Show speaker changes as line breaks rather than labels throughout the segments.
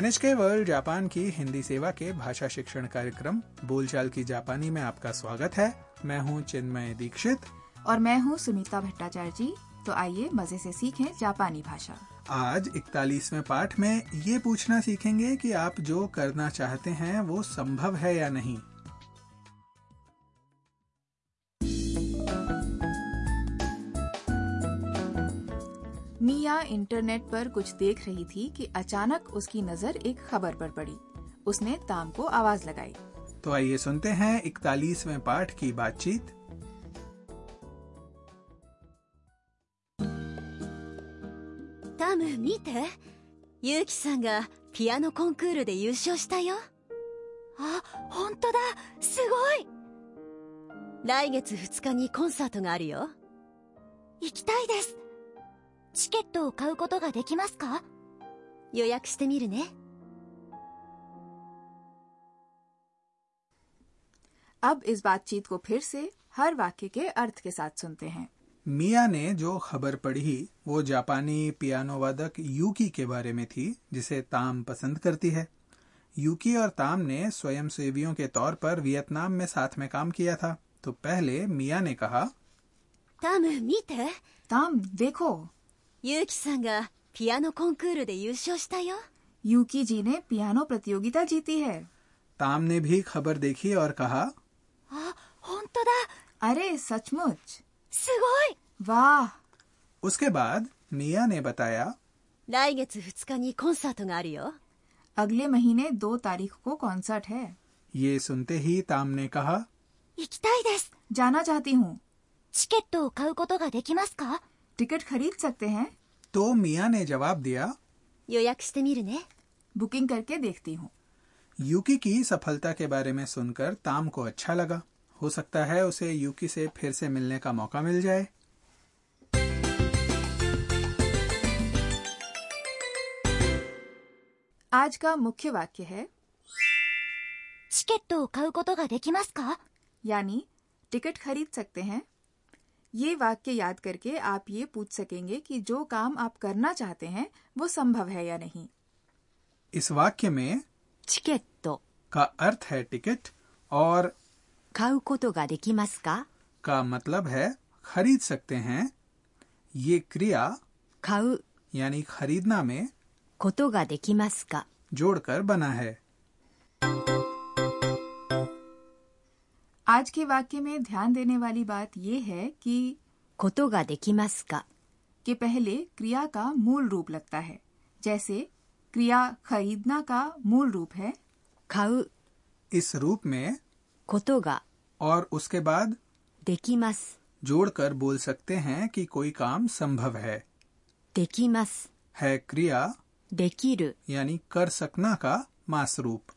NHK world Japan की हिंदी सेवा के भाषा शिक्षण कार्यक्रम बोलचाल की जापानी में आपका स्वागत है मैं हूं चिन्मय दीक्षित
और मैं हूँ सुनीता भट्टाचार्य जी तो आइए मजे से सीखें जापानी भाषा
आज 41वें पाठ में ये पूछना सीखेंगे कि आप जो करना चाहते हैं वो संभव है या नहीं
मिया इंटरनेट पर कुछ देख रही थी कि अचानक उसकी नजर एक खबर पर पड़ी उसने ताम को आवाज लगाई
तो आइए सुनते हैं 41वें पाठ की बातचीत
タム見てユウキさんがピアノコンクールで優勝したよあ本当だすごい来月2日にコンサートがあるよ行きたいですチケットを買うことができますか予約してみるね
अब इस बातचीत को फिर से हर वाक्य के अर्थ के साथ सुनते हैं
मिया ने जो खबर पढ़ी वो जापानी पियानो वादक यूकी के बारे में थी जिसे ताम पसंद करती है यूकी और ताम ने स्वयंसेवियों के तौर पर वियतनाम में साथ में काम किया था तो पहले मिया ने कहा
タム見て
ताम देखो
ユウキさんがピアノコンクールで優勝したよ
यूकी जी ने पियानो प्रतियोगिता जीती है
ताम ने भी खबर देखी और कहा
あ本当だ
अरे सचमुच
すごい
वाह
उसके बाद मिया ने बताया
来月2日にコンサートがあるよ
अगले महीने दो तारीख को कॉन्सर्ट है
ये सुनते ही ताम ने कहा
行きたいです
जाना चाहती हूँ
チケットを買うことができますか
टिकट खरीद सकते हैं
तो मिया ने जवाब दिया
予約してみるね
बुकिंग करके देखती हूँ
यूकी की सफलता के बारे में सुनकर ताम को अच्छा लगा हो सकता है उसे यूकी से फिर से मिलने का मौका मिल जाए
आज का मुख्य वाक्य है
チケットを買うことができますか
यानी टिकट खरीद सकते हैं ये वाक्य याद करके आप ये पूछ सकेंगे कि जो काम आप करना चाहते हैं वो संभव है या नहीं
इस वाक्य में
チケット
का अर्थ है टिकट और
買うことができますか
का मतलब है खरीद सकते हैं ये क्रिया
買う
यानी खरीदना में
ことができますか
जोड़कर बना है
आज के वाक्य में ध्यान देने वाली बात ये है कि
ことができますか
के पहले क्रिया का मूल रूप लगता है जैसे क्रिया खरीदना का मूल रूप है
買う
इस रूप में
ことが
और उसके बाद
できます
जोड़कर बोल सकते हैं कि कोई काम संभव है
できます
है क्रिया
できる
यानी कर सकना का मासरूप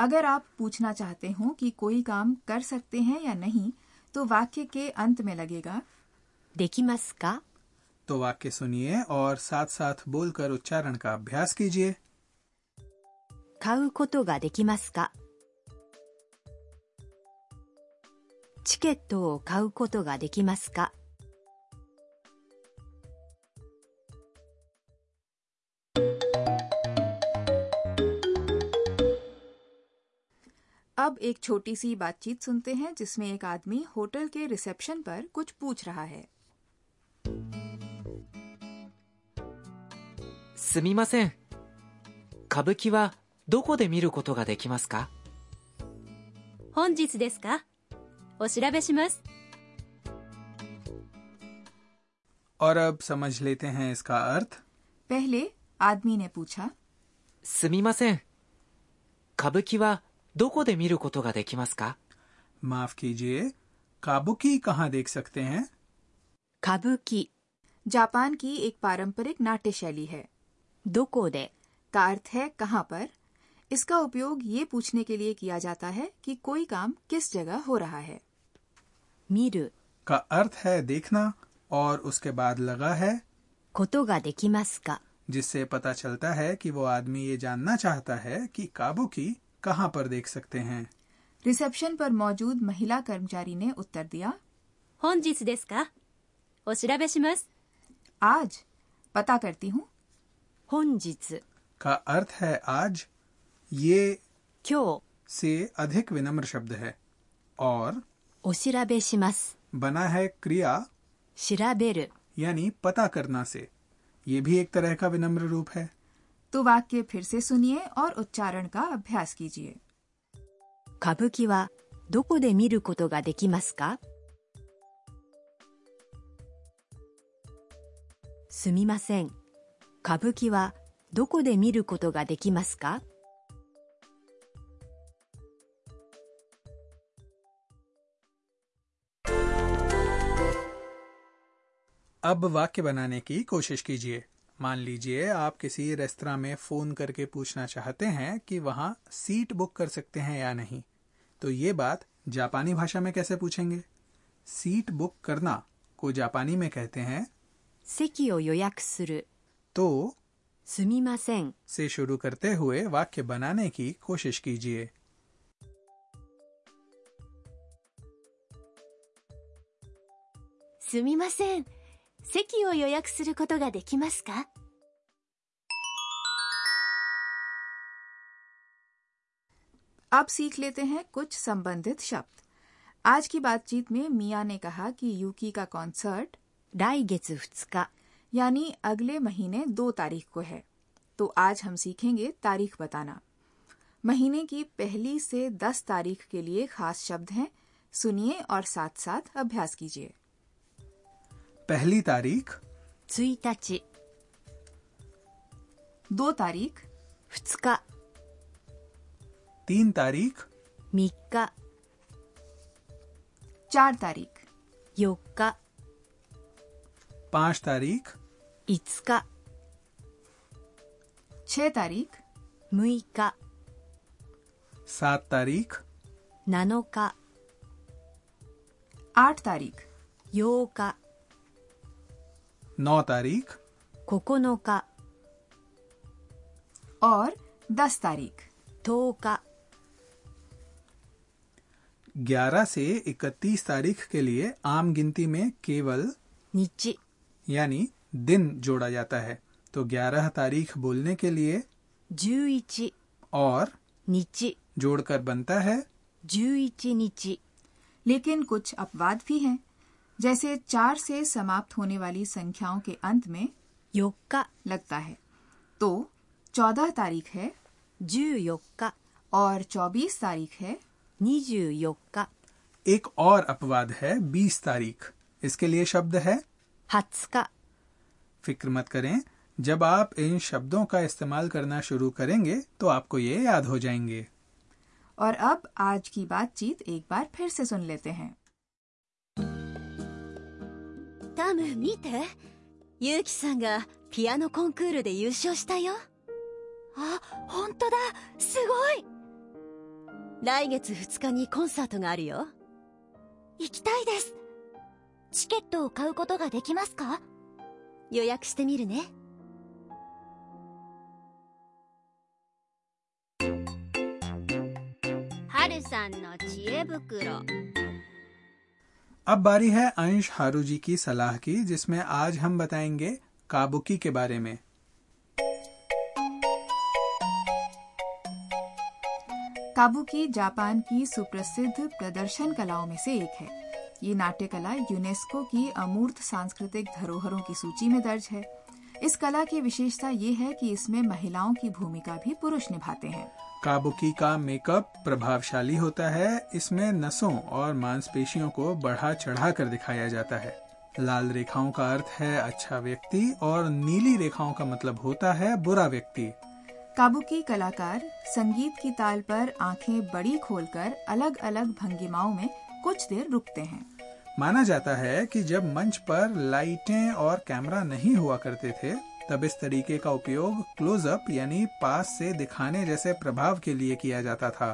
अगर आप पूछना चाहते हो कि कोई काम कर सकते हैं या नहीं तो वाक्य के अंत में लगेगा
できますか
तो वाक्य सुनिए और साथ साथ बोलकर उच्चारण का अभ्यास कीजिए
買うことができますかチケットを買うことができますか
अब एक छोटी सी बातचीत सुनते हैं जिसमें एक आदमी होटल के रिसेप्शन पर कुछ पूछ रहा है
すみません歌舞伎はどこで見ることができますか
本日ですかお調べします
और अब समझ लेते हैं इसका अर्थ
पहले आदमी ने पूछा
すみません歌舞伎はどこで見ることができますか
माफ कीजिए काबुकी कहाँ देख सकते हैं
歌舞伎
जापान की एक पारंपरिक नाट्य शैली है
どこで
का अर्थ है कहाँ पर इसका उपयोग ये पूछने के लिए किया जाता है कि कोई काम किस जगह हो रहा है
見る
का अर्थ है देखना और उसके बाद लगा है
ことができますか
जिससे पता चलता है कि वो आदमी ये जानना चाहता है कि काबुकी कहाँ पर देख सकते हैं
रिसेप्शन पर मौजूद महिला कर्मचारी ने उत्तर दिया
本日ですかお調べします
आज पता करती हूँ
本日
का अर्थ है आज ये
今日
से अधिक विनम्र शब्द है और
お調べします
बना है क्रिया
調べる
यानी पता करना से ये भी एक तरह का विनम्र रूप है
तो वाक्य फिर से सुनिए और उच्चारण का अभ्यास कीजिए
歌舞伎はどこで見ることができますかすみません歌舞伎はどこで見ることができますか
अब वाक्य बनाने की कोशिश कीजिए मान लीजिए आप किसी रेस्तरा में फोन करके पूछना चाहते हैं कि वहाँ सीट बुक कर सकते हैं या नहीं तो ये बात जापानी भाषा में कैसे पूछेंगे सीट बुक करना को जापानी में कहते हैं
席を予約する
तो
すみません
से शुरू करते हुए वाक्य बनाने की कोशिश कीजिए
すみません席を予約することができますか
अब सीख लेते हैं कुछ संबंधित शब्द आज की बातचीत में मिया ने कहा कि यूकी का कॉन्सर्ट
来月2日
यानी अगले महीने दो तारीख को है तो आज हम सीखेंगे तारीख बताना महीने की पहली से दस तारीख के लिए खास शब्द हैं सुनिए और साथ साथ अभ्यास कीजिए
पहली तारीख
1日
दो तारीख
2日
तीन तारीख
3日
चार तारीख
4日
पाँच तारीख
5日
छह तारीख
6日
सात तारीख
7日
आठ तारीख
8日
नौ तारीख
9日
और दस तारीख
10日
ग्यारह से इकतीस तारीख के लिए आम गिनती में केवल
日
यानी दिन जोड़ा जाता है तो 11 तारीख बोलने के लिए
11
और
日
जोड़कर बनता है
11日
लेकिन कुछ अपवाद भी हैं जैसे चार से समाप्त होने वाली संख्याओं के अंत में
4日
लगता है तो चौदह तारीख है
14日
और चौबीस तारीख है
24日
एक और अपवाद है 20 तारीख इसके लिए शब्द है
20日
फिक्र मत करें जब आप इन शब्दों का इस्तेमाल करना शुरू करेंगे तो आपको ये याद हो जाएंगे
और अब आज की बातचीत एक बार फिर से सुन लेते हैं
タム見てユウキさんがピアノコンクールで優勝したよあ本当だすごい来月2日にコンサートがあるよ行きたいですチケットを買うことができますか予約してみるね
はるさんの知恵袋
अब बारी है अंश हारू जी की सलाह की जिसमें आज हम बताएंगे काबुकी के बारे में
काबुकी जापान की सुप्रसिद्ध प्रदर्शन कलाओं में से एक है ये नाट्य कला यूनेस्को की अमूर्त सांस्कृतिक धरोहरों की सूची में दर्ज है इस कला की विशेषता ये है कि इसमें महिलाओं की भूमिका भी पुरुष निभाते हैं
काबुकी का मेकअप प्रभावशाली होता है इसमें नसों और मांसपेशियों को बढ़ा चढ़ा कर दिखाया जाता है लाल रेखाओं का अर्थ है अच्छा व्यक्ति और नीली रेखाओं का मतलब होता है बुरा व्यक्ति
काबुकी कलाकार संगीत की ताल पर आंखें बड़ी खोलकर अलग अलग भंगिमाओं में कुछ देर रुकते हैं
माना जाता है कि जब मंच पर लाइटें और कैमरा नहीं हुआ करते थे तब इस तरीके का उपयोग क्लोजअप यानी पास से दिखाने जैसे प्रभाव के लिए किया जाता था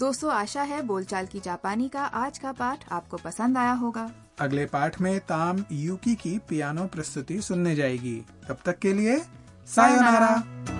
दोस्तों आशा है बोलचाल की जापानी का आज का पाठ आपको पसंद आया होगा
अगले पाठ में ताम यूकी की पियानो प्रस्तुति सुनने जाएगी तब तक के लिए सायोनारा।